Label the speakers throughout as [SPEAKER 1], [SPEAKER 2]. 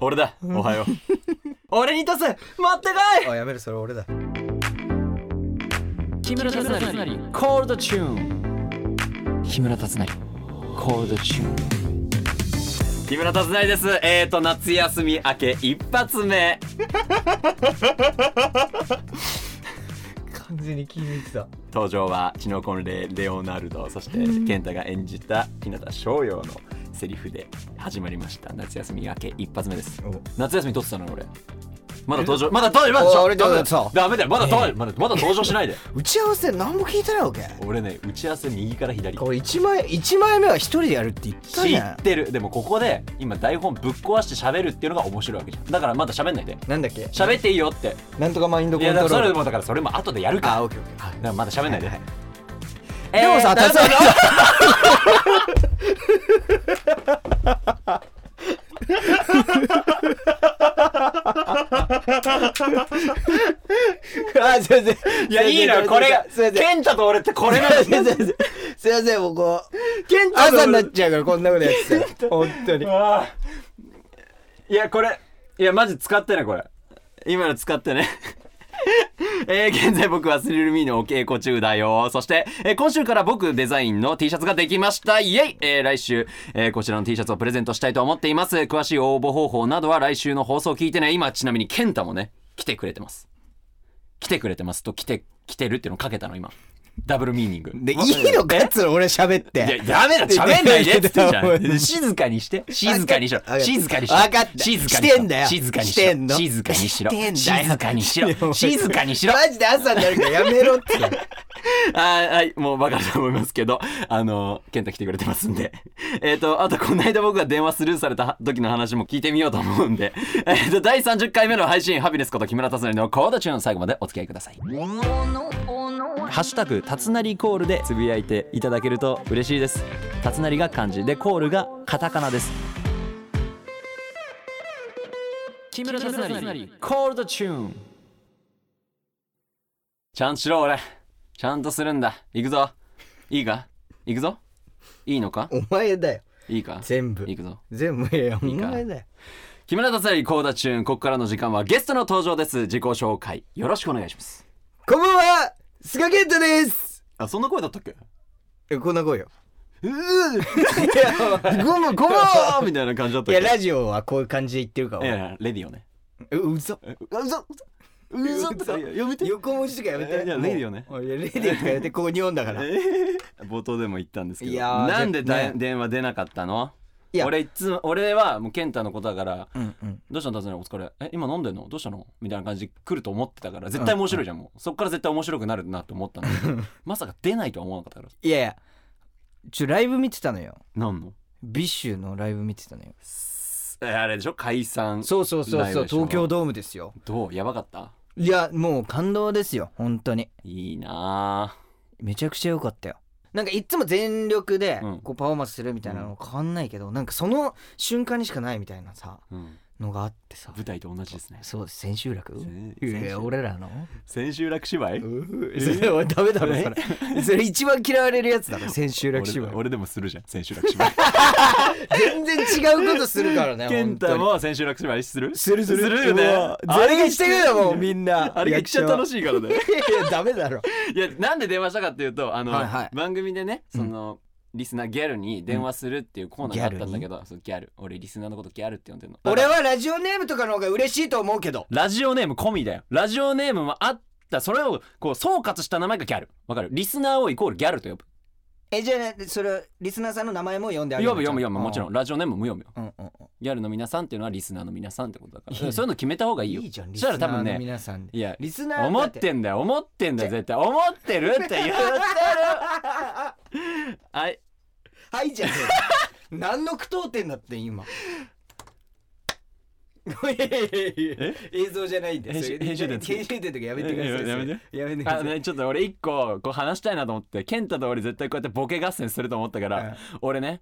[SPEAKER 1] 俺だおはよう 俺にトス持ってこい
[SPEAKER 2] あやめるそれ俺だ
[SPEAKER 3] 木村達成コールドチューン木村達成コールドチューン
[SPEAKER 1] 木村達成ですえーと夏休み明け一発目
[SPEAKER 2] 完全に気抜いてた
[SPEAKER 1] 登場はチノコンレレオナルドそして健太が演じた日向翔陽のセリフで始まりました夏休み明け一発目です
[SPEAKER 2] お
[SPEAKER 1] 夏休み撮ってたのよ俺まだ登場まだ登場まだ登場
[SPEAKER 2] 俺
[SPEAKER 1] ダメ
[SPEAKER 2] 俺そう
[SPEAKER 1] ダメだよまだ登場、まだまだ登場しないで
[SPEAKER 2] 打ち合わせ何も聞いてないわけ
[SPEAKER 1] 俺ね打ち合わせ右から左
[SPEAKER 2] これ1枚一枚目は一人でやるって言った
[SPEAKER 1] 知
[SPEAKER 2] じ
[SPEAKER 1] っ
[SPEAKER 2] ゃ
[SPEAKER 1] てるでもここで今台本ぶっ壊して喋るっていうのが面白いわけじゃんだからまだ喋んないで
[SPEAKER 2] んなんだっけ
[SPEAKER 1] 喋っていいよって
[SPEAKER 2] なんとかマインド
[SPEAKER 1] い
[SPEAKER 2] コン
[SPEAKER 1] や
[SPEAKER 2] トロ
[SPEAKER 1] だから
[SPEAKER 2] ー
[SPEAKER 1] それ
[SPEAKER 2] ル
[SPEAKER 1] もだからそれも後でやるから
[SPEAKER 2] あオッケーオッケー
[SPEAKER 1] はいだからまだ喋んないで、
[SPEAKER 2] いでもさ
[SPEAKER 1] えー
[SPEAKER 2] 達成 あ、すいません。
[SPEAKER 1] いや、いいのよ、これが。
[SPEAKER 2] すいません。
[SPEAKER 1] ケンタと俺ってこれな の。
[SPEAKER 2] すいません。すいません、もうこう。
[SPEAKER 1] ケンタと
[SPEAKER 2] 朝にな
[SPEAKER 1] 俺
[SPEAKER 2] っ。ちゃうから、こんなことやってたら。本当に。
[SPEAKER 1] あーいや、これ。いや、マジ使ってね、これ。今の使ってね。 えー、現在僕はスリルミーのお稽古中だよ。そして、えー今週から僕デザインの T シャツができました。イェイえー来週、えーこちらの T シャツをプレゼントしたいと思っています。詳しい応募方法などは来週の放送を聞いてね。今、ちなみにケンタもね、来てくれてます。来てくれてますと、来て、来てるっていうのをかけたの、今。ダブルミーニング。
[SPEAKER 2] で、いいのかっつうの、俺喋って。
[SPEAKER 1] いや、ダメだ、喋んないでっつってんじゃ
[SPEAKER 2] いやいやい
[SPEAKER 1] ん。
[SPEAKER 2] や
[SPEAKER 1] 静かにして。静かにしろ
[SPEAKER 2] わかっ。た
[SPEAKER 1] 静かにしろ。
[SPEAKER 2] わかった
[SPEAKER 1] 静かにしろ
[SPEAKER 2] してんだよ
[SPEAKER 1] 静かに
[SPEAKER 2] して
[SPEAKER 1] し
[SPEAKER 2] ん
[SPEAKER 1] ろ。
[SPEAKER 2] の
[SPEAKER 1] 静かにしろ。
[SPEAKER 2] してんだよ
[SPEAKER 1] 静かにし
[SPEAKER 2] いやも
[SPEAKER 1] ろ。
[SPEAKER 2] う
[SPEAKER 1] 静かにしろ。
[SPEAKER 2] マジで朝になるからやめ ろって。
[SPEAKER 1] あーはい、もうわかると思いますけど、あのー、健太来てくれてますんで。 えっ、と、あと、この間僕が電話スルーされた時の話も聞いてみようと思うんで、えっ、と、第30回目の配信、ハピネスこと木村達成のコードチューン、最後までお付き合いください。ハッシュタグ、たつなりコールでつぶやいていただけると嬉しいです。たつなりが漢字で、コールがカタカナです。
[SPEAKER 3] 木村達成コールドチューン
[SPEAKER 1] ちゃんとしろ、俺。ちゃんとするんだ。行くぞ。いいか行くぞ。いいのか
[SPEAKER 2] お前だよ。
[SPEAKER 1] いいか
[SPEAKER 2] 全部。
[SPEAKER 1] 行くぞ。
[SPEAKER 2] 全部、いやいや、お
[SPEAKER 1] いいか
[SPEAKER 2] 前だよ。
[SPEAKER 1] 木村達成コーダチューンここからの時間はゲストの登場です自己紹介よろしくお願いします
[SPEAKER 2] こんばんは菅健太です
[SPEAKER 1] あそんな声だったっけ
[SPEAKER 2] え、こんな声よ。
[SPEAKER 1] うー
[SPEAKER 2] いや、お前
[SPEAKER 1] ごめんごめんみたいな感じだった
[SPEAKER 2] い
[SPEAKER 1] っけ
[SPEAKER 2] や、ラジオはこういう感じで言ってるか
[SPEAKER 1] いやい
[SPEAKER 2] ら。
[SPEAKER 1] やレディオね
[SPEAKER 2] え、うそ。
[SPEAKER 1] うざうざとかやめて
[SPEAKER 2] 横文字とかやめて。
[SPEAKER 1] いやレディオね
[SPEAKER 2] もういや、レディオとかやめて、ここ日本だから。
[SPEAKER 1] 冒頭でも言ったんですけど
[SPEAKER 2] いやー
[SPEAKER 1] なんでだい
[SPEAKER 2] ね
[SPEAKER 1] 電話出なかったの
[SPEAKER 2] いや
[SPEAKER 1] 俺いつも俺はもう健太のことだから
[SPEAKER 2] うんうん。
[SPEAKER 1] どうしたの達成お疲れえ今飲んでんのどうしたのみたいな感じで来ると思ってたから絶対面白いじゃんもうそっから絶対面白くなるなと思ったんだけど まさか出ないとは思わなかったから
[SPEAKER 2] いやいや、ちょ、ライブ見てたのよ。
[SPEAKER 1] なんの
[SPEAKER 2] ビッシュのライブ見てたのよ。
[SPEAKER 1] えあれでしょ解散
[SPEAKER 2] そうそうそう
[SPEAKER 1] ライブ
[SPEAKER 2] そう、
[SPEAKER 1] でしょ
[SPEAKER 2] 東京ドームですよ。
[SPEAKER 1] どうやばかった
[SPEAKER 2] いや、もう感動ですよ、本当に。
[SPEAKER 1] いいな
[SPEAKER 2] めちゃくちゃ良かったよ。なんかいつも全力で
[SPEAKER 1] うん
[SPEAKER 2] こうパフォーマンスするみたいなの変わんないけど、なんかその瞬間にしかないみたいなさ
[SPEAKER 1] ぁ、うん、
[SPEAKER 2] のがあってさ
[SPEAKER 1] 舞台と同じですね
[SPEAKER 2] そう千秋楽
[SPEAKER 1] 千
[SPEAKER 2] い
[SPEAKER 1] 千秋
[SPEAKER 2] や俺らの
[SPEAKER 1] 千秋楽芝居
[SPEAKER 2] う それはダメだろそれそれ一番嫌われるやつだろ千秋楽芝
[SPEAKER 1] 俺
[SPEAKER 2] 居
[SPEAKER 1] 俺でもするじゃん千秋楽芝居
[SPEAKER 2] 全然違うことするからね
[SPEAKER 1] 健
[SPEAKER 2] 本当
[SPEAKER 1] 太
[SPEAKER 2] に
[SPEAKER 1] も千秋楽芝居する
[SPEAKER 2] するする
[SPEAKER 1] するよね
[SPEAKER 2] うわ全員してるだもん
[SPEAKER 1] み
[SPEAKER 2] みんな
[SPEAKER 1] あれが来ちゃ楽
[SPEAKER 2] し
[SPEAKER 1] しいからね
[SPEAKER 2] いやダメだろ
[SPEAKER 1] いやなんで電話したかっていうとあの、
[SPEAKER 2] はいはい
[SPEAKER 1] 番組でねその、リスナーギャルに電話するっていうコーナーがあったんだけど、そうギャル俺リスナーのことギャルって呼んでるの
[SPEAKER 2] 俺はラジオネームとかの方が嬉しいと思うけど
[SPEAKER 1] ラジオネーム込みだよ。ラジオネームもあった、それをこう総括した名前がギャル。わかるリスナーをイコールギャルと呼ぶ。
[SPEAKER 2] えじゃあねそれリスナーさんの名前も読んであげ
[SPEAKER 1] 読む読む読む、もちろん。
[SPEAKER 2] ん
[SPEAKER 1] ラジオネームも読むよ。
[SPEAKER 2] うんうん
[SPEAKER 1] ギャルの皆さんっていうのはリスナーの皆さんってことだか
[SPEAKER 2] いやい
[SPEAKER 1] ら。
[SPEAKER 2] や
[SPEAKER 1] そういうの決めた方がいいよ。
[SPEAKER 2] いいじゃん
[SPEAKER 1] そ
[SPEAKER 2] リ
[SPEAKER 1] し
[SPEAKER 2] スナー
[SPEAKER 1] たら多分
[SPEAKER 2] の
[SPEAKER 1] ね、
[SPEAKER 2] 皆さんで
[SPEAKER 1] いや、
[SPEAKER 2] リスナー
[SPEAKER 1] 思ってんだよ、思ってんだよ、絶対。思ってるって言ってる。はい。
[SPEAKER 2] はいじゃねえよ何の句読点だって今いやいやいやいや映像じゃないんで
[SPEAKER 1] 編集
[SPEAKER 2] それ
[SPEAKER 1] 編集点つけ
[SPEAKER 2] 編集点とかやめてください
[SPEAKER 1] いややめて
[SPEAKER 2] やめてくだ
[SPEAKER 1] あ
[SPEAKER 2] さい
[SPEAKER 1] ね、ちょっと俺一個こう話したいなと思って、健太と俺絶対こうやってボケ合戦すると思ったから、俺ね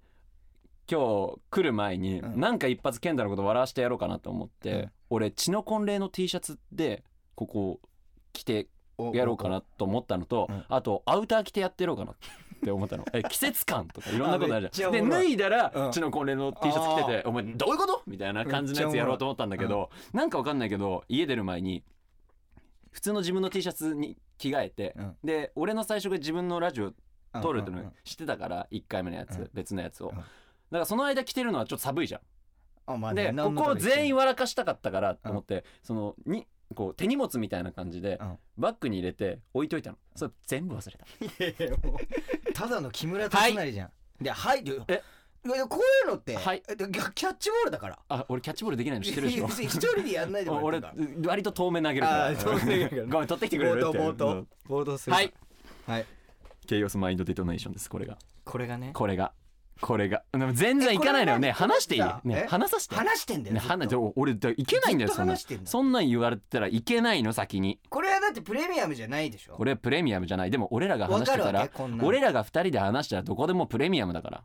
[SPEAKER 1] 今日来る前に、
[SPEAKER 2] うん
[SPEAKER 1] なんか一発健太のこと笑わしてやろうかなと思って、
[SPEAKER 2] うん
[SPEAKER 1] 俺血の婚礼の T シャツでここ着てやろうかなと思ったのと、
[SPEAKER 2] うん
[SPEAKER 1] あとアウター着てやってやろうかなって思ったの え季節感とかいろんなことあるじゃん
[SPEAKER 2] あめっちゃお
[SPEAKER 1] で
[SPEAKER 2] もろ
[SPEAKER 1] 脱
[SPEAKER 2] い
[SPEAKER 1] いだ
[SPEAKER 2] う
[SPEAKER 1] ら
[SPEAKER 2] ん
[SPEAKER 1] 血の婚礼の T シャツ着てて「お前どういうこと?」みたいな感じのやつやろうと思ったんだけどなんかわかんないけど家出る前に普通の自分の T シャツに着替えて
[SPEAKER 2] うん
[SPEAKER 1] で俺の最初が自分のラジオ撮るって
[SPEAKER 2] うんう
[SPEAKER 1] の
[SPEAKER 2] ん
[SPEAKER 1] 知ってたから1回目のや
[SPEAKER 2] う
[SPEAKER 1] つ
[SPEAKER 2] ん
[SPEAKER 1] 別のやつを
[SPEAKER 2] うん
[SPEAKER 1] だからその間着てるのはちょっと寒いじゃん
[SPEAKER 2] あまあね
[SPEAKER 1] でこ
[SPEAKER 2] 何の
[SPEAKER 1] こを全員
[SPEAKER 2] は
[SPEAKER 1] 笑かしたかったからと思って、そのにこう手荷物みたいな感じで、
[SPEAKER 2] うん
[SPEAKER 1] バッグに入れて置いといたのそれ全部忘れた
[SPEAKER 2] ただの木村達成じゃん、で「はい」って
[SPEAKER 1] え
[SPEAKER 2] いやこういうのって、
[SPEAKER 1] はい
[SPEAKER 2] えでキャキャッチボールだから
[SPEAKER 1] あ俺キャッチボールできないの知ってるでしょ
[SPEAKER 2] 一人でやんないでもら
[SPEAKER 1] 俺
[SPEAKER 2] ってんだ
[SPEAKER 1] 割と遠目投げるから
[SPEAKER 2] あー遠目投げる
[SPEAKER 1] ごめん取ってきてくれる
[SPEAKER 2] 冒
[SPEAKER 1] っ
[SPEAKER 2] 頭
[SPEAKER 1] て
[SPEAKER 2] 冒
[SPEAKER 1] う
[SPEAKER 2] 頭
[SPEAKER 1] ん
[SPEAKER 2] 冒頭する
[SPEAKER 1] はい
[SPEAKER 2] はい
[SPEAKER 1] ケイオスマインドデトネーションですこれが
[SPEAKER 2] これがね
[SPEAKER 1] これがこれがでも全然いかないのよね
[SPEAKER 2] えこれ何
[SPEAKER 1] 話していい
[SPEAKER 2] さ
[SPEAKER 1] ね
[SPEAKER 2] え
[SPEAKER 1] 話させて
[SPEAKER 2] 話してんだよ
[SPEAKER 1] ね
[SPEAKER 2] ずっと
[SPEAKER 1] 話じゃ俺だいけないんだよ
[SPEAKER 2] ずっと
[SPEAKER 1] そんな
[SPEAKER 2] 話してんの
[SPEAKER 1] そんなん言われたらいけないの先に
[SPEAKER 2] これはだってプレミアムじゃないでしょ
[SPEAKER 1] これはプレミアムじゃないでも俺らが話してた
[SPEAKER 2] わかるわ
[SPEAKER 1] ら
[SPEAKER 2] けこんなの
[SPEAKER 1] 俺らが2人で話したらどこでもプレミアムだから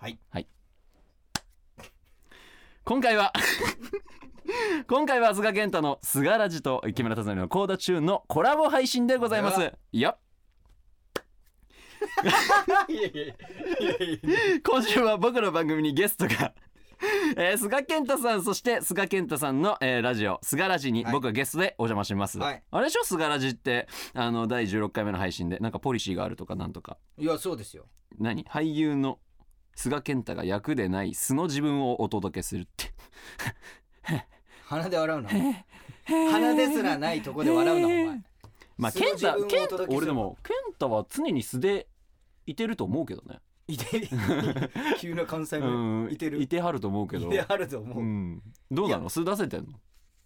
[SPEAKER 2] はい
[SPEAKER 1] 今回は 今回は菅健太の「菅ラジ」と木村達成の「コーダチューン」のコラボ配信でございますよっ
[SPEAKER 2] いやいやいやいや
[SPEAKER 1] 今週は僕の番組にゲストが えー、菅健太さんそして菅健太さんの、えーラジオ「菅ラジ」に
[SPEAKER 2] はい
[SPEAKER 1] 僕がゲストでお邪魔します、
[SPEAKER 2] はい
[SPEAKER 1] あれでしょ「菅ラジ」ってあの第16回目の配信でなんかポリシーがあるとかなんとか
[SPEAKER 2] いやそうですよ
[SPEAKER 1] 何俳優の菅健太が役でない素の自分をお届けするって
[SPEAKER 2] 鼻で笑うな鼻ですらないとこで笑うなお前
[SPEAKER 1] まあ
[SPEAKER 2] 素の
[SPEAKER 1] 健
[SPEAKER 2] 自分を
[SPEAKER 1] 太健
[SPEAKER 2] お届
[SPEAKER 1] 太
[SPEAKER 2] けする
[SPEAKER 1] 俺でも健太は常に素でいてると思うけどね
[SPEAKER 2] いて急な関西
[SPEAKER 1] う
[SPEAKER 2] 弁
[SPEAKER 1] ん
[SPEAKER 2] いてる
[SPEAKER 1] いてはると思うけ
[SPEAKER 2] い
[SPEAKER 1] ど
[SPEAKER 2] てあると
[SPEAKER 1] う
[SPEAKER 2] 思うん
[SPEAKER 1] どうなの素出せてんの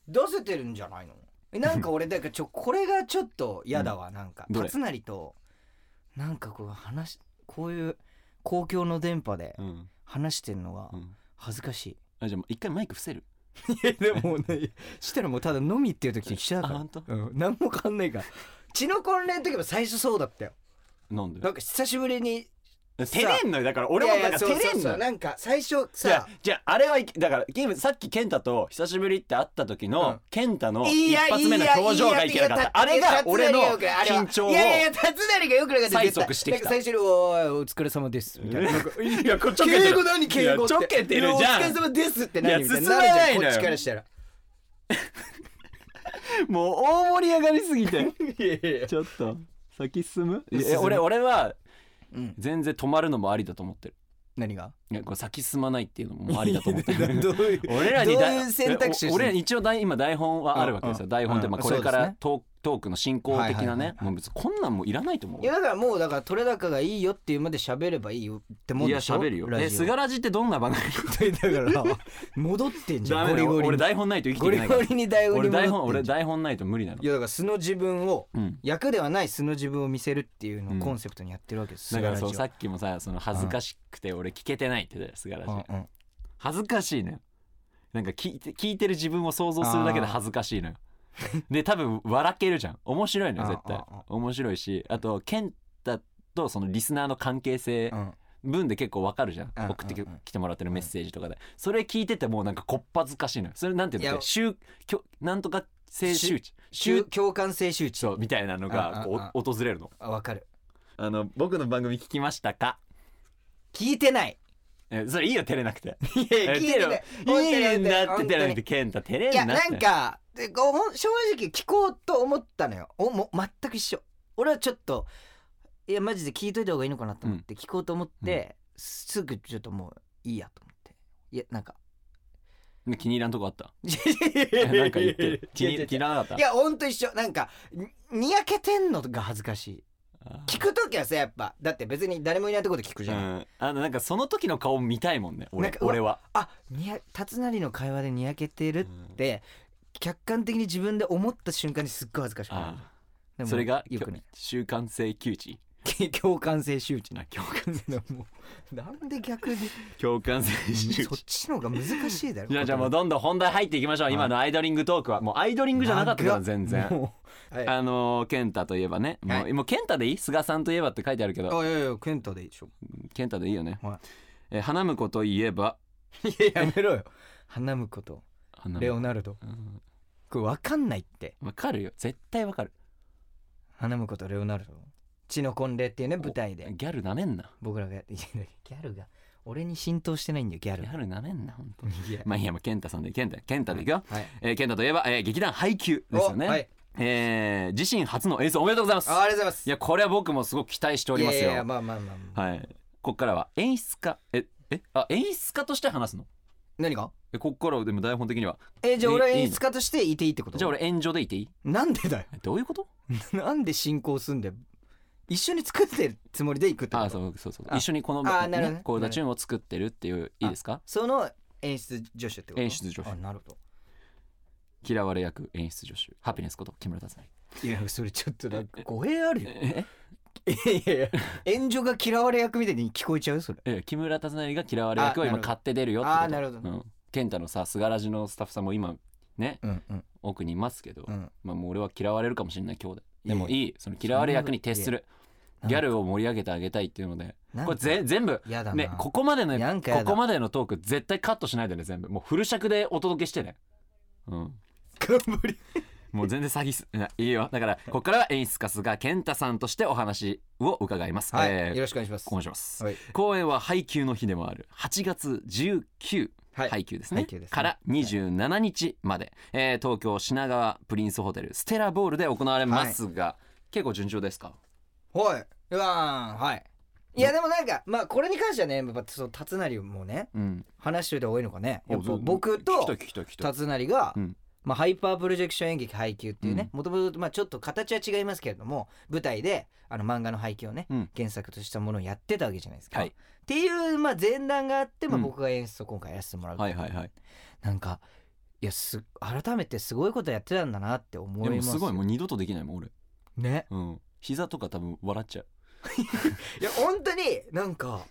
[SPEAKER 2] 出せてるんじゃないのえなんか俺だからちょこれがちょっと嫌だわなんか
[SPEAKER 1] どれ
[SPEAKER 2] 勝成となんかこう話しこういう公共の電波で
[SPEAKER 1] うん
[SPEAKER 2] 話してんのが
[SPEAKER 1] うん
[SPEAKER 2] 恥ずかしい
[SPEAKER 1] あじゃあもう一回マイク伏せる
[SPEAKER 2] え でもねしたらもうただ飲みっていう時に一緒だから
[SPEAKER 1] あ本当
[SPEAKER 2] うん、何も変わんないから血の婚礼の時も最初そうだったよ
[SPEAKER 1] なんで
[SPEAKER 2] なんか久しぶりに
[SPEAKER 1] 照れんのよだから俺も
[SPEAKER 2] いや
[SPEAKER 1] ないん
[SPEAKER 2] や
[SPEAKER 1] か
[SPEAKER 2] そ
[SPEAKER 1] 照
[SPEAKER 2] う
[SPEAKER 1] れんの
[SPEAKER 2] そうそう
[SPEAKER 1] よ
[SPEAKER 2] なんか最初
[SPEAKER 1] じゃ
[SPEAKER 2] さ
[SPEAKER 1] あじゃああれはいだからゲームさっき健太と久しぶりって会った時
[SPEAKER 2] うん
[SPEAKER 1] の健太の
[SPEAKER 2] い
[SPEAKER 1] 一
[SPEAKER 2] や
[SPEAKER 1] 発目の表情がいけなかったあ
[SPEAKER 2] いや
[SPEAKER 1] れ
[SPEAKER 2] いや
[SPEAKER 1] が俺の
[SPEAKER 2] いやいやあれは
[SPEAKER 1] 緊張を
[SPEAKER 2] いやいや達成がよくなかった
[SPEAKER 1] 催促してき
[SPEAKER 2] な
[SPEAKER 1] た
[SPEAKER 2] んか最初に「おーいお疲れ様です」みたいななんか
[SPEAKER 1] いやこ れちょけてる
[SPEAKER 2] 敬語何敬語って
[SPEAKER 1] いやちょけてるじゃ
[SPEAKER 2] いやお疲れ
[SPEAKER 1] ん
[SPEAKER 2] 様ですって
[SPEAKER 1] いや
[SPEAKER 2] 何みたいに
[SPEAKER 1] 進
[SPEAKER 2] な
[SPEAKER 1] ま
[SPEAKER 2] るじ
[SPEAKER 1] な
[SPEAKER 2] ゃ
[SPEAKER 1] い
[SPEAKER 2] ん
[SPEAKER 1] の
[SPEAKER 2] こ
[SPEAKER 1] よ
[SPEAKER 2] っちからしたら
[SPEAKER 1] もう大盛り上がりすぎて
[SPEAKER 2] いやいや
[SPEAKER 1] ちょっと先進むい
[SPEAKER 2] 進
[SPEAKER 1] や
[SPEAKER 2] む
[SPEAKER 1] 俺俺は
[SPEAKER 2] うん
[SPEAKER 1] 全然止まるのもありだと思ってる
[SPEAKER 2] 何が
[SPEAKER 1] いやこれ先進まないっていうのもありだと思って る
[SPEAKER 2] どういう
[SPEAKER 1] 俺らに
[SPEAKER 2] どう
[SPEAKER 1] だ
[SPEAKER 2] いう選択肢
[SPEAKER 1] えお俺らに一応台今台本はあるわけです
[SPEAKER 2] うんう
[SPEAKER 1] よ
[SPEAKER 2] ん
[SPEAKER 1] 台本ってま
[SPEAKER 2] う
[SPEAKER 1] あ
[SPEAKER 2] ん
[SPEAKER 1] これ
[SPEAKER 2] そ
[SPEAKER 1] か
[SPEAKER 2] うです
[SPEAKER 1] ら
[SPEAKER 2] ね
[SPEAKER 1] トークトークの進行的な
[SPEAKER 2] はいはい
[SPEAKER 1] ねもう別にこんなんもういらないと思う
[SPEAKER 2] いやだからもうだから取れ高がいいよっていうまで喋ればいいよってもん
[SPEAKER 1] いや
[SPEAKER 2] でしょ
[SPEAKER 1] 喋るよ
[SPEAKER 2] ラジオ
[SPEAKER 1] え菅ラジってどんな番組
[SPEAKER 2] だから 戻ってんじゃ
[SPEAKER 1] ダ
[SPEAKER 2] んゴ
[SPEAKER 1] メだ
[SPEAKER 2] リ
[SPEAKER 1] よ
[SPEAKER 2] ゴリ
[SPEAKER 1] 俺
[SPEAKER 2] に
[SPEAKER 1] 台本ないと生きて
[SPEAKER 2] ゴ
[SPEAKER 1] いけ
[SPEAKER 2] リ
[SPEAKER 1] ないか
[SPEAKER 2] ゴ
[SPEAKER 1] ら
[SPEAKER 2] リに台本
[SPEAKER 1] 俺
[SPEAKER 2] に戻ってん
[SPEAKER 1] 台
[SPEAKER 2] じゃ
[SPEAKER 1] 本
[SPEAKER 2] ん
[SPEAKER 1] 俺台本ないと無理なの
[SPEAKER 2] いやだから素の自分を
[SPEAKER 1] うん
[SPEAKER 2] 役ではない素の自分を見せるっていうの
[SPEAKER 1] う
[SPEAKER 2] を
[SPEAKER 1] ん
[SPEAKER 2] コンセプトにやってるわけです
[SPEAKER 1] だからそう
[SPEAKER 2] 菅
[SPEAKER 1] さ
[SPEAKER 2] ラ
[SPEAKER 1] っきもさその恥ずかしくて俺聞けてないって言ってたよ菅
[SPEAKER 2] ジオ
[SPEAKER 1] ラジ
[SPEAKER 2] うんうん
[SPEAKER 1] 恥ずかしいのよなんか聞いて聞いてる自分を想像するだけで恥ずかしいのよで多分笑けるじゃん面白いのよ絶
[SPEAKER 2] あ
[SPEAKER 1] 対
[SPEAKER 2] あああ
[SPEAKER 1] 面白いしあと健太とそのリスナーの関係性
[SPEAKER 2] うん
[SPEAKER 1] 分で結構わかるじゃん
[SPEAKER 2] うん
[SPEAKER 1] 送ってき
[SPEAKER 2] うんうん
[SPEAKER 1] 来てもらってるメッセージとかでそれ聞いててもうなんかこっぱずかしいのよそれなんていう
[SPEAKER 2] い
[SPEAKER 1] の
[SPEAKER 2] や
[SPEAKER 1] 周きょなんとか性周知
[SPEAKER 2] 周
[SPEAKER 1] 周
[SPEAKER 2] 共感性周知
[SPEAKER 1] そうみたいなのが
[SPEAKER 2] うんうんうん
[SPEAKER 1] こう訪れるの
[SPEAKER 2] あわかる
[SPEAKER 1] あの僕の番組聞きましたか
[SPEAKER 2] 聞いてない
[SPEAKER 1] えそれいいよ照れな くて
[SPEAKER 2] いや
[SPEAKER 1] え
[SPEAKER 2] 聞いてない本当に
[SPEAKER 1] いいんだ
[SPEAKER 2] 本
[SPEAKER 1] って
[SPEAKER 2] 当
[SPEAKER 1] 照れなくて
[SPEAKER 2] に
[SPEAKER 1] 健太照れ
[SPEAKER 2] い
[SPEAKER 1] ん
[SPEAKER 2] や
[SPEAKER 1] なって
[SPEAKER 2] なんかでこうほん正直聞こうと思ったのよおも全く一緒俺はちょっといやマジで聞いといた方がいいのかなと思って聞こうと思ってすぐちょっともういいやと思っていやなんか
[SPEAKER 1] 気に入らんとこあった
[SPEAKER 2] い
[SPEAKER 1] え
[SPEAKER 2] や
[SPEAKER 1] なんか言って 気に
[SPEAKER 2] いやいやいや
[SPEAKER 1] 気に入らなかった
[SPEAKER 2] いやほんと一緒なんかににやけてんのが恥ずかしい
[SPEAKER 1] あー
[SPEAKER 2] 聞くときはさやっぱだって別に誰もいないとこで聞くじ
[SPEAKER 1] う
[SPEAKER 2] ゃん、
[SPEAKER 1] んあのなんかその時の顔見たいもんね
[SPEAKER 2] な
[SPEAKER 1] 俺
[SPEAKER 2] んかうわ
[SPEAKER 1] 俺は
[SPEAKER 2] あにや達成の会話でにやけてるって、客観的に自分で思った瞬間にすっごい恥ずかしくなる
[SPEAKER 1] あ
[SPEAKER 2] で
[SPEAKER 1] ー
[SPEAKER 2] も
[SPEAKER 1] それが
[SPEAKER 2] よくね
[SPEAKER 1] 習慣性窮地
[SPEAKER 2] 共感性周知
[SPEAKER 1] あ
[SPEAKER 2] ね
[SPEAKER 1] 共感
[SPEAKER 2] もうなんで逆に
[SPEAKER 1] 共感性羞
[SPEAKER 2] そっ
[SPEAKER 1] 恥
[SPEAKER 2] ちの方が難しいだろ
[SPEAKER 1] じゃあじゃあもうどんどん本題入っていきましょう今のアイドリングトークはもうアイドリングじゃなかったから全然
[SPEAKER 2] もうはいあ
[SPEAKER 1] あのー健太といえばねも
[SPEAKER 2] は
[SPEAKER 1] うもう健太でいい菅さんといえばって書いてあるけど
[SPEAKER 2] いやいや健太でいいでしょ
[SPEAKER 1] 健太でいいよね
[SPEAKER 2] は
[SPEAKER 1] えー花婿といえば
[SPEAKER 2] いややめろよ花婿と
[SPEAKER 1] 花
[SPEAKER 2] レ
[SPEAKER 1] 婿
[SPEAKER 2] オナルド
[SPEAKER 1] うん
[SPEAKER 2] これ分かんないって
[SPEAKER 1] わかるよ絶対わかる
[SPEAKER 2] 花婿とレオナルド血の婚礼っていうね舞台で
[SPEAKER 1] ギャルなめんな
[SPEAKER 2] 僕らがやっていやギャルが俺に浸透してないんだよギャル
[SPEAKER 1] ギ
[SPEAKER 2] が
[SPEAKER 1] ャルなめんな本当に
[SPEAKER 2] いや
[SPEAKER 1] まあいいやもう健太さんで健太健太でいくよ、
[SPEAKER 2] はい
[SPEAKER 1] えー、健太といえば、えー、劇団配給ですよね、
[SPEAKER 2] おはい
[SPEAKER 1] えー自身初の演奏おめでとうございます
[SPEAKER 2] あありがとうございます
[SPEAKER 1] いやこれは僕もすごく期待しておりますよ
[SPEAKER 2] いやいやまあまあまあまあ
[SPEAKER 1] はいここからは演出家ええあ演出家として話すの
[SPEAKER 2] 何が
[SPEAKER 1] えここからでも台本的には
[SPEAKER 2] えじゃあ
[SPEAKER 1] え
[SPEAKER 2] 俺はい
[SPEAKER 1] いの
[SPEAKER 2] 演出家としていていいってこと
[SPEAKER 1] じゃあ俺援助でいていい
[SPEAKER 2] なんでだよ
[SPEAKER 1] えどういうこと
[SPEAKER 2] なんで進行すんだよ一緒に作ってるつもりで行くってこと
[SPEAKER 1] あそうそうそう
[SPEAKER 2] あ
[SPEAKER 1] 一緒にこの
[SPEAKER 2] あなるほどね
[SPEAKER 1] コーダチューンを作ってるっていういいですか
[SPEAKER 2] その演出助手ってこと
[SPEAKER 1] 演出助手
[SPEAKER 2] あなるほ
[SPEAKER 1] 嫌われ役演出助手ハピネスこと木村達成
[SPEAKER 2] どいやそれちょっとなんか語弊 あるよ
[SPEAKER 1] え
[SPEAKER 2] いやいや援助が嫌われ役みたいに聞こえちゃうそれ
[SPEAKER 1] え木村達成が嫌われ役を
[SPEAKER 2] あなるほ
[SPEAKER 1] 今
[SPEAKER 2] ど
[SPEAKER 1] 買って出るよってこと
[SPEAKER 2] あなるほど
[SPEAKER 1] うん、健太のさ菅ラジのスタッフさんも今ね
[SPEAKER 2] うんうん
[SPEAKER 1] 奥にいますけど、
[SPEAKER 2] うん
[SPEAKER 1] まあもう俺は嫌われるかもしれない今日で
[SPEAKER 2] いや
[SPEAKER 1] で
[SPEAKER 2] いや
[SPEAKER 1] もいいその嫌われ役に徹する
[SPEAKER 2] そんなこといや
[SPEAKER 1] ギャルを盛り上げてあげたいっていうので
[SPEAKER 2] なんか
[SPEAKER 1] これぜ全部
[SPEAKER 2] やだな
[SPEAKER 1] ねここまでの
[SPEAKER 2] なんかや
[SPEAKER 1] こ
[SPEAKER 2] だ
[SPEAKER 1] こまでのトーク絶対カットしないでね全部もうフル尺でお届けしてねうん
[SPEAKER 2] 頑張り
[SPEAKER 1] もう全然詐欺す いやいいよだからここからは演出家菅健太さんとしてお話を伺います、
[SPEAKER 2] はい、
[SPEAKER 1] え
[SPEAKER 2] よ
[SPEAKER 1] ー
[SPEAKER 2] ろしくお願いします
[SPEAKER 1] お願いします、
[SPEAKER 2] はい
[SPEAKER 1] 公演は配給の日でもある8月19
[SPEAKER 2] はい
[SPEAKER 1] 配給ですね,、
[SPEAKER 2] 配給ですね
[SPEAKER 1] から27日まで、えー東京品川プリンスホテルステラボールで行われますが、結構順調ですか
[SPEAKER 2] はいうわーはいいやでもなんかまあこれに関してはねやっぱその達成もね
[SPEAKER 1] うん
[SPEAKER 2] 話しといた方がいいのかねやっぱ
[SPEAKER 1] おず
[SPEAKER 2] 僕
[SPEAKER 1] 聞きた
[SPEAKER 2] と
[SPEAKER 1] い聞きたい聞きたい
[SPEAKER 2] 達成が、
[SPEAKER 1] うん
[SPEAKER 2] まあ、ハイパープロジェクション演劇配給っていうね
[SPEAKER 1] う
[SPEAKER 2] もともとちょっと形は違いますけれども舞台であの漫画の配給をね、
[SPEAKER 1] うん
[SPEAKER 2] 原作としたものをやってたわけじゃないですか。
[SPEAKER 1] はい
[SPEAKER 2] っていう、まあ、前段があって、まあ、
[SPEAKER 1] うん
[SPEAKER 2] 僕が演出を今回やらせてもらう、
[SPEAKER 1] はいはいはい
[SPEAKER 2] なんかいやす改めてすごいことやってたんだなって思
[SPEAKER 1] で
[SPEAKER 2] い
[SPEAKER 1] も
[SPEAKER 2] ます
[SPEAKER 1] すごいもう二度とできないもん俺
[SPEAKER 2] ね
[SPEAKER 1] うん膝とか多分笑っちゃう
[SPEAKER 2] いや本当になんか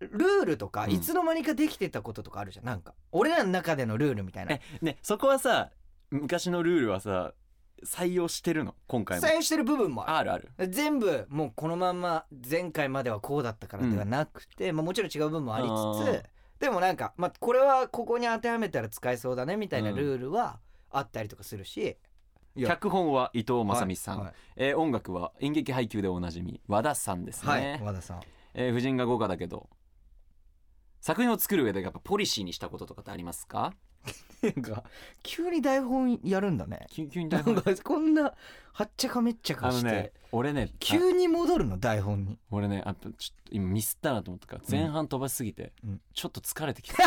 [SPEAKER 2] ルールとか
[SPEAKER 1] うん
[SPEAKER 2] いつの間にかできてたこととかあるじゃん、なんか俺らの中でのルールみたいな
[SPEAKER 1] えねそこはさ昔のルールはさ採用してるの今回も
[SPEAKER 2] 採用してる部分もあ
[SPEAKER 1] あるある
[SPEAKER 2] る全部もうこのまんま前回まではこうだったからではなくて、まあ、もちろん違う部分もあり
[SPEAKER 1] あー
[SPEAKER 2] つつでもなんか、まあ、これはここに当てはめたら使えそうだねみたいな
[SPEAKER 1] うん
[SPEAKER 2] ルールはあったりとかするし、いや
[SPEAKER 1] 脚本は伊藤正美さん、
[SPEAKER 2] はい
[SPEAKER 1] えー音楽は演劇配給でおなじみ和田さんですね、
[SPEAKER 2] はいはい和田さん
[SPEAKER 1] えー婦人が豪華だけど作品を作る上でやっぱポリシーにしたこととかってありますか
[SPEAKER 2] なん か急に台本やるんだね
[SPEAKER 1] 急急に
[SPEAKER 2] な
[SPEAKER 1] 台
[SPEAKER 2] ん
[SPEAKER 1] 本
[SPEAKER 2] かこんなはっちゃかめっちゃ
[SPEAKER 1] あ
[SPEAKER 2] か
[SPEAKER 1] の
[SPEAKER 2] して、
[SPEAKER 1] ね俺ねあ
[SPEAKER 2] 急に戻るの台本に
[SPEAKER 1] 俺ねあちょっと今ミスったなと思ったから前半飛ばしすぎて、
[SPEAKER 2] うん
[SPEAKER 1] ちょっと疲れてきた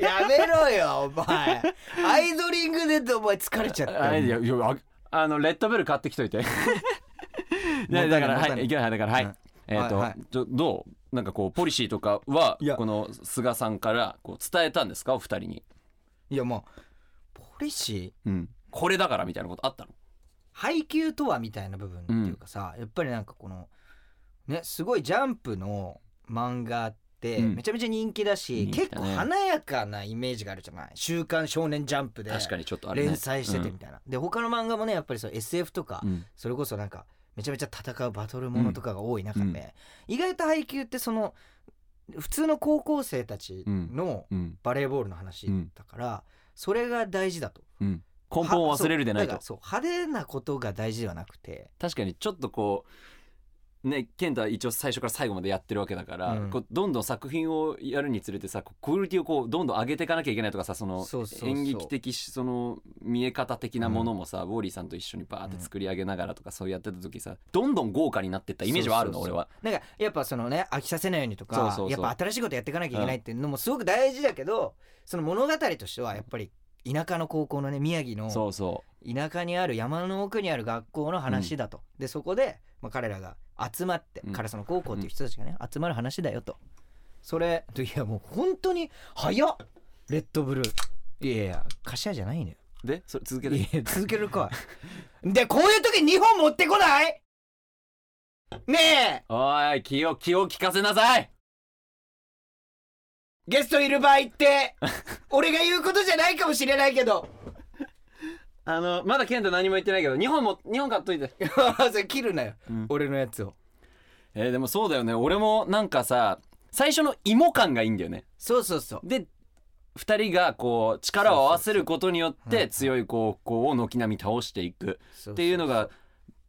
[SPEAKER 2] やめろよお前 アイドリングでってお前疲れちゃった
[SPEAKER 1] あいやいやああのレッドベル買ってきとい て
[SPEAKER 2] ない
[SPEAKER 1] ねだから
[SPEAKER 2] 持たない
[SPEAKER 1] はいいけないだからはい、
[SPEAKER 2] うん
[SPEAKER 1] えっ、と、
[SPEAKER 2] はいは
[SPEAKER 1] ちょどうなんかこうポリシーとかはい
[SPEAKER 2] や
[SPEAKER 1] この菅さんからこう伝えたんですかお二人に、
[SPEAKER 2] いやもうポリシー
[SPEAKER 1] うん、これだからみたいなことあったの
[SPEAKER 2] 配給とはみたいな部分っていうかさ、やっぱりなんかこのねすごいジャンプの漫画って
[SPEAKER 1] うん
[SPEAKER 2] めちゃめちゃ人気だし、
[SPEAKER 1] 人気だね
[SPEAKER 2] 結構華やかなイメージがあるじゃない「週刊少年ジャンプ」で
[SPEAKER 1] 確かにちょっとあれ、ね、
[SPEAKER 2] 連載しててみたいな、で他の漫画もねやっぱりそう SF とか、
[SPEAKER 1] うん、うん
[SPEAKER 2] それこそなんかめちゃめちゃ戦うバトルものとかが多い中で、
[SPEAKER 1] うん
[SPEAKER 2] 意外と配給ってその普通の高校生たちの
[SPEAKER 1] うん
[SPEAKER 2] バレーボールの話だから、それが大事だと。
[SPEAKER 1] うん、根本を忘れるでない
[SPEAKER 2] は
[SPEAKER 1] と
[SPEAKER 2] そうだからそう派手なことが大事ではなくて
[SPEAKER 1] 確かにちょっとこうね健太は一応最初から最後までやってるわけだから、
[SPEAKER 2] うん
[SPEAKER 1] こうどんどん作品をやるにつれてさこうクオリティをこうどんどん上げていかなきゃいけないとかさその
[SPEAKER 2] そうそうそう
[SPEAKER 1] 演劇的しその見え方的なものもさ、ウォーリーさんと一緒にバーって作り上げながらとか、そうやってた時さどんどん豪華になってったイメージはあるの
[SPEAKER 2] そうそうそう
[SPEAKER 1] 俺は。
[SPEAKER 2] なんかやっぱそのね飽きさせないようにとか
[SPEAKER 1] そうそうそう
[SPEAKER 2] やっぱ新しいことやっていかなきゃいけないっていうのもすごく大事だけどその物語としてはやっぱり田舎の高校のね宮城の
[SPEAKER 1] そうそ
[SPEAKER 2] 田舎にある山の奥にある学校の話だと、でそこで、まあ、彼らが集まって、
[SPEAKER 1] うん
[SPEAKER 2] カラスの高校っていう人たちがね、集まる話だよとそれいやもう本当に早っレッドブルーいやいや頭じゃないのよ
[SPEAKER 1] うでそれ続け
[SPEAKER 2] い
[SPEAKER 1] て
[SPEAKER 2] や続けるかい でこういう時2本持ってこないねえ
[SPEAKER 1] おい気を気を利かせなさい
[SPEAKER 2] ゲストいる場合って 俺が言うことじゃないかもしれないけど
[SPEAKER 1] あのまだ健太何も言ってないけど日本も日本買っといて。
[SPEAKER 2] それ切るなよ、
[SPEAKER 1] うん
[SPEAKER 2] 俺のやつを
[SPEAKER 1] えーでもそうだよね俺もなんかさ最初の芋感がいいんだよね
[SPEAKER 2] そうそうそう
[SPEAKER 1] で2人がこう力を合わせることによっ
[SPEAKER 2] そうそうそ
[SPEAKER 1] て
[SPEAKER 2] う
[SPEAKER 1] 強いこうこうを軒並み倒していく
[SPEAKER 2] っ
[SPEAKER 1] っていうのが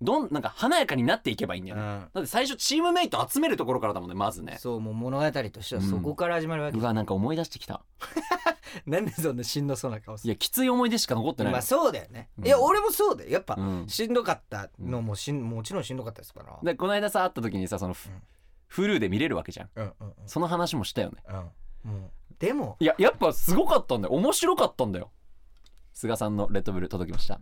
[SPEAKER 1] どんなんか華やかになっていけばいいんだよね、
[SPEAKER 2] ん、
[SPEAKER 1] だって最初チームメイト集めるところからだもんねまずね
[SPEAKER 2] そうもう物語としてはそこから始まるわけ、
[SPEAKER 1] うわなんか思い出してきた
[SPEAKER 2] なんでそんなしんどそうな顔す
[SPEAKER 1] い
[SPEAKER 2] る
[SPEAKER 1] やきつい思い出しか残ってない
[SPEAKER 2] まあそうだよね、
[SPEAKER 1] うん
[SPEAKER 2] いや俺もそうだよやっぱ、
[SPEAKER 1] うん
[SPEAKER 2] しんどかったのもしんもちろんしんどかったですから
[SPEAKER 1] でこの間さ会った時にさそのフ,、
[SPEAKER 2] うん
[SPEAKER 1] フルーで見れるわけじゃん
[SPEAKER 2] うんうんうん
[SPEAKER 1] その話もしたよね
[SPEAKER 2] うんもうでも
[SPEAKER 1] いややっぱすごかったんだよ面白かったんだよ菅さんのレッドブル届きました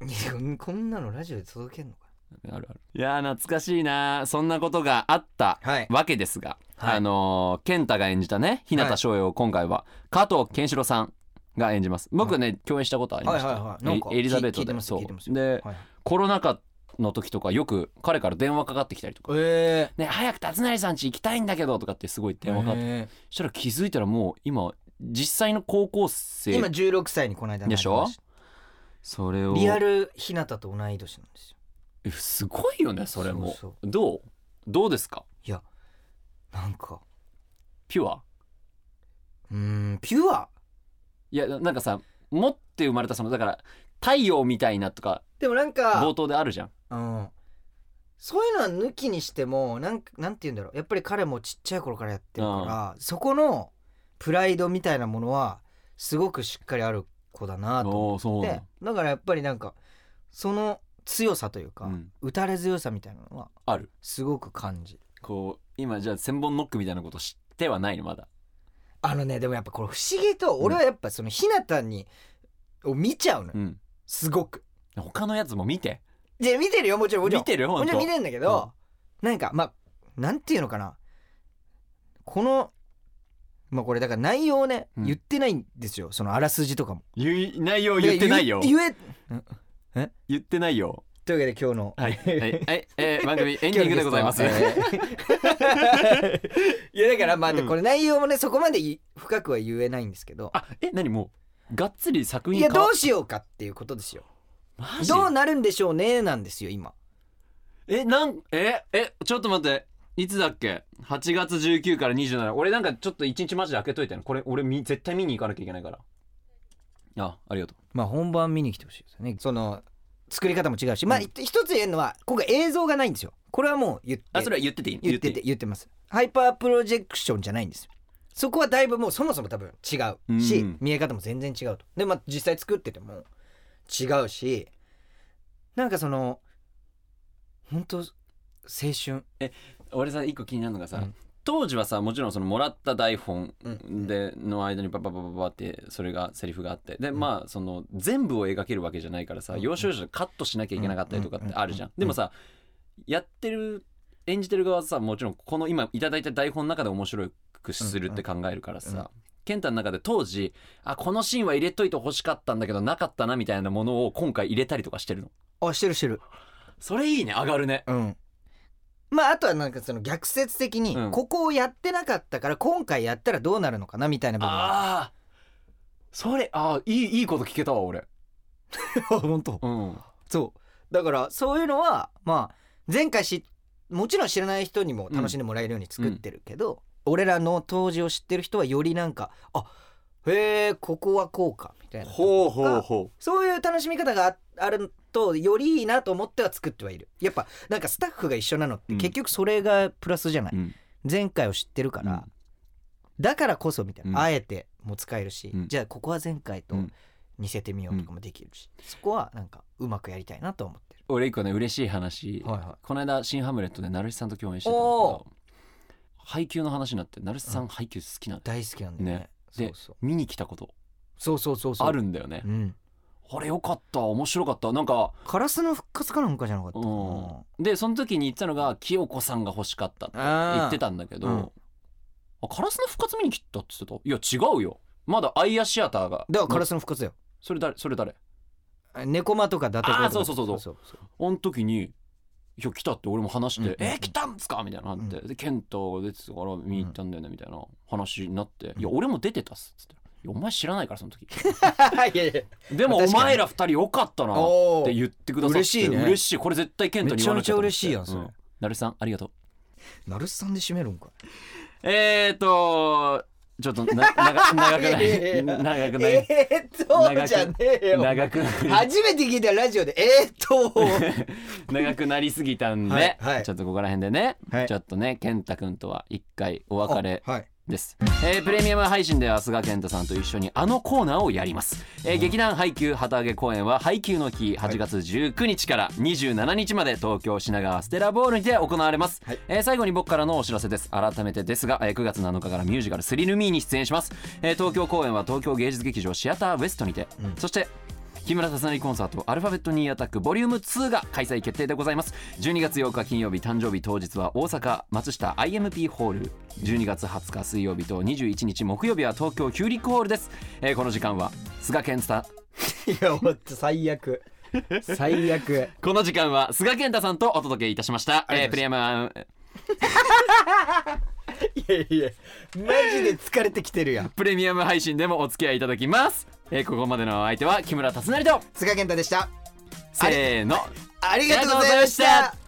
[SPEAKER 2] いや こんなのラジオで届けんのか
[SPEAKER 1] あるあるいやー懐かしいなそんなことがあった
[SPEAKER 2] はい
[SPEAKER 1] わけですが、
[SPEAKER 2] はい
[SPEAKER 1] あのー健太が演じたね日向翔陽を今回は加藤健志郎さんが演じます僕ね、共演したことありました、
[SPEAKER 2] はいはいはいなんか
[SPEAKER 1] エエリザベート
[SPEAKER 2] 聞いて
[SPEAKER 1] で
[SPEAKER 2] ます
[SPEAKER 1] そう
[SPEAKER 2] 聞いてます
[SPEAKER 1] で、
[SPEAKER 2] はい
[SPEAKER 1] コロナ禍の時とかよく彼から電話かかってきたりとか
[SPEAKER 2] え
[SPEAKER 1] 「ね早く辰成さん家行きたいんだけど」とかってすごい
[SPEAKER 2] え
[SPEAKER 1] 電話かかってそしたら気づいたらもう今実際の高校生
[SPEAKER 2] 今16歳にこの間なりまた
[SPEAKER 1] でしそれを
[SPEAKER 2] リアル日向と同い年なんですよ
[SPEAKER 1] えすごいよねそれも
[SPEAKER 2] そうそ
[SPEAKER 1] どうどうですか
[SPEAKER 2] いやなんか
[SPEAKER 1] ピュア
[SPEAKER 2] うーんピュア
[SPEAKER 1] いやなんかさ持って生まれたそのだから太陽みたいなとか
[SPEAKER 2] でもなんか
[SPEAKER 1] 冒頭であるじゃん
[SPEAKER 2] うん、そういうのは抜きにしてもなんかなんて言うんだろうやっぱり彼もちっちゃい頃からやってるから、そこのプライドみたいなものはすごくしっかりある子だなと
[SPEAKER 1] おーそ
[SPEAKER 2] 思
[SPEAKER 1] う
[SPEAKER 2] っ
[SPEAKER 1] な
[SPEAKER 2] て
[SPEAKER 1] の
[SPEAKER 2] だからやっぱりなんかその強さというか、
[SPEAKER 1] うん
[SPEAKER 2] 打たれ強さみたいなのは
[SPEAKER 1] ある
[SPEAKER 2] すごく感じる
[SPEAKER 1] こう今じゃあ千本ノックみたいなこと知ってはないのまだ
[SPEAKER 2] あのねでもやっぱこれ不思議と俺はやっぱそのひなたにを見ちゃうのよ、
[SPEAKER 1] うん
[SPEAKER 2] すごく。
[SPEAKER 1] 他のやつも見て
[SPEAKER 2] で見てるよもちろんもちろん
[SPEAKER 1] 見てるほん
[SPEAKER 2] もち
[SPEAKER 1] と
[SPEAKER 2] ろん見れんだけど、なんかまあなんていうのかなこのまあこれだから内容をね、
[SPEAKER 1] うん
[SPEAKER 2] 言ってないんですよそのあらすじとかも
[SPEAKER 1] 言い内容言ってないよ
[SPEAKER 2] だから言え
[SPEAKER 1] 言ってないよ
[SPEAKER 2] というわけで今日の
[SPEAKER 1] はいはいはいえー番組エンディングでございます
[SPEAKER 2] 今日のゲスト はえーいやだからまあ、
[SPEAKER 1] うん
[SPEAKER 2] これ内容もねそこまでい深くは言えないんですけど
[SPEAKER 1] あえ何もうがっつり作
[SPEAKER 2] い
[SPEAKER 1] 品
[SPEAKER 2] や
[SPEAKER 1] 変
[SPEAKER 2] ど
[SPEAKER 1] わ
[SPEAKER 2] うしようかっていうことですよ
[SPEAKER 1] マジ
[SPEAKER 2] どうなるんでしょうねなんですよ今
[SPEAKER 1] えなんええちょっと待っていつだっけ8月19から27俺なんかちょっと1日マジで開けといてねこれ俺み絶対見に行かなきゃいけないからあありがと
[SPEAKER 2] まあ本番見に来てほしいですよねその作り方も違うしまあ一一つ言えるのは今回映像がないんですよこれはもう言って
[SPEAKER 1] うあそれは言ってていい
[SPEAKER 2] 言ってて言ってますハイパープロジェクションじゃないんですよそこはだいぶもうそもそも多分違うし、
[SPEAKER 1] うん
[SPEAKER 2] 見え方も全然違うとでまあ実際作ってても違うしなんかその本当青春
[SPEAKER 1] 俺さ一個気になるのがさ、
[SPEAKER 2] うん
[SPEAKER 1] 当時はさもちろんそのもらった台本
[SPEAKER 2] うん
[SPEAKER 1] での間にバババババってそれがセリフがあってで、
[SPEAKER 2] ん
[SPEAKER 1] まあその全部を描けるわけじゃないからさ、
[SPEAKER 2] うん
[SPEAKER 1] 要所要所でカットしなきゃいけなかったりとかってあるじゃん、
[SPEAKER 2] うん
[SPEAKER 1] でもさやってる演じてる側はさもちろんこの今いただいた台本の中で面白くするって考えるからさ、
[SPEAKER 2] うんうん
[SPEAKER 1] 健太の中で当時あこのシーンは入れといてほしかったんだけどなかったなみたいなものを今回入れたりとかしてるの
[SPEAKER 2] あしてるしてる
[SPEAKER 1] それいいね上がるね
[SPEAKER 2] うんまああとはなんかその逆説的に、
[SPEAKER 1] うん
[SPEAKER 2] ここをやってなかったから今回やったらどうなるのかなみたいな部分は
[SPEAKER 1] ああそれああいいいいこと聞けたわ俺
[SPEAKER 2] 本当
[SPEAKER 1] うん
[SPEAKER 2] そうだからそういうのはまあ前回しもちろん知らない人にも楽しんでもらえるように作ってるけど、俺らの当時を知ってる人はよりなんかあへえここはこうかみたいな
[SPEAKER 1] ほうほ
[SPEAKER 2] ほ
[SPEAKER 1] う
[SPEAKER 2] う
[SPEAKER 1] ほ
[SPEAKER 2] そういう楽しみ方がああるとよりいいなと思っては作ってはいるやっぱなんかスタッフが一緒なのって
[SPEAKER 1] うん
[SPEAKER 2] 結局それがプラスじゃない、
[SPEAKER 1] う、うん、
[SPEAKER 2] 前回を知ってるから、
[SPEAKER 1] うん
[SPEAKER 2] だからこそみたいな、
[SPEAKER 1] うん
[SPEAKER 2] あえても使えるし、
[SPEAKER 1] うん
[SPEAKER 2] じゃあここは前回と
[SPEAKER 1] うん
[SPEAKER 2] 似せてみようとかもできるし、そこはなんかうまくやりたいなと思ってる。
[SPEAKER 1] 俺一個ね嬉しい話、
[SPEAKER 2] はいはい
[SPEAKER 1] この間「新ハムレット」で成瀬さんと共演してたんだ
[SPEAKER 2] お
[SPEAKER 1] けど配給の話になって成瀬さ
[SPEAKER 2] うんん
[SPEAKER 1] 配給好きなんだよ
[SPEAKER 2] 大好きなんだよね
[SPEAKER 1] ね
[SPEAKER 2] そう
[SPEAKER 1] で
[SPEAKER 2] そう
[SPEAKER 1] 見に来たこと
[SPEAKER 2] そうそうそうそう
[SPEAKER 1] あるんだよね
[SPEAKER 2] うん
[SPEAKER 1] あれよかった面白かったなんか
[SPEAKER 2] カラスの復活かなんかじゃなかった
[SPEAKER 1] う
[SPEAKER 2] かな、うん
[SPEAKER 1] んでその時に言ってたのが清子さんが欲しかったって言ってたんだけど、
[SPEAKER 2] うん
[SPEAKER 1] あカラスの復活見に来たって言ってたいや違うよまだアイアシアターが
[SPEAKER 2] だからカラスの復活だよ
[SPEAKER 1] それ誰それ誰
[SPEAKER 2] 猫間とか伊達とか
[SPEAKER 1] あーそうそうそうそう
[SPEAKER 2] そうそう
[SPEAKER 1] あの時に「いや来た」って俺も話して
[SPEAKER 2] うん
[SPEAKER 1] 「えー来たんすか?」みたいなのあって、
[SPEAKER 2] う
[SPEAKER 1] で健太が出てたから見に行ったんだよねみたいな話になって「
[SPEAKER 2] ん
[SPEAKER 1] いや俺も出てたっす」っつって「いやお前知らないからその 時
[SPEAKER 2] いやいや
[SPEAKER 1] でも
[SPEAKER 2] まあ確
[SPEAKER 1] お
[SPEAKER 2] かに
[SPEAKER 1] 前ら二人よかったな」っ
[SPEAKER 2] お
[SPEAKER 1] て
[SPEAKER 2] ー
[SPEAKER 1] 言ってくださって
[SPEAKER 2] 嬉しいね
[SPEAKER 1] 嬉しいこれ絶対健太に言わなきゃと思って
[SPEAKER 2] めちゃめちゃ嬉しいやんそれ
[SPEAKER 1] うなるさんありがとう
[SPEAKER 2] ナルスさんで締めるんか
[SPEAKER 1] えーとちょっとな長長く
[SPEAKER 2] や
[SPEAKER 1] ない
[SPEAKER 2] いやいや
[SPEAKER 1] 長くない
[SPEAKER 2] えーっとじゃねえよ
[SPEAKER 1] 長く
[SPEAKER 2] 初めて聞いたラジオでえーっと
[SPEAKER 1] 長くなりすぎたんで、
[SPEAKER 2] はいはい
[SPEAKER 1] ちょっとここら辺でね、
[SPEAKER 2] はい
[SPEAKER 1] ちょっとね健太くんとは一回お 別れ
[SPEAKER 2] あはい
[SPEAKER 1] です、えープレミアム配信では菅健太さんと一緒にあのコーナーをやります、えー劇団配給旗揚げ公演は配給の日8月19日から27日まで東京品川ステラボールにて行われます、
[SPEAKER 2] はい
[SPEAKER 1] えー最後に僕からのお知らせです改めてですが、えー9月7日からミュージカル「スリルミー」に出演します、えー東京公演は東京芸術劇場シアターウエストにて、
[SPEAKER 2] うん
[SPEAKER 1] そして木村達成コンサートアルファベットニーアタックボリューム2が開催決定でございます12月8日金曜日誕生日当日は大阪松下 IMP ホール12月20日水曜日と21日木曜日は東京ヒューリックホールです、えーこの時間は菅健太
[SPEAKER 2] いやほんと最悪最悪
[SPEAKER 1] この時間は菅健太さんとお届けいたしました
[SPEAKER 2] ありがと
[SPEAKER 1] えー
[SPEAKER 2] うご
[SPEAKER 1] プレ
[SPEAKER 2] ざ
[SPEAKER 1] ミアム
[SPEAKER 2] いやいやマジで疲れてきてるやん
[SPEAKER 1] プレミアム配信でもお付き合いいただきます、えーここまでのお相手は木村達成と
[SPEAKER 2] 菅健太でした
[SPEAKER 1] せーの
[SPEAKER 2] ありがとうございました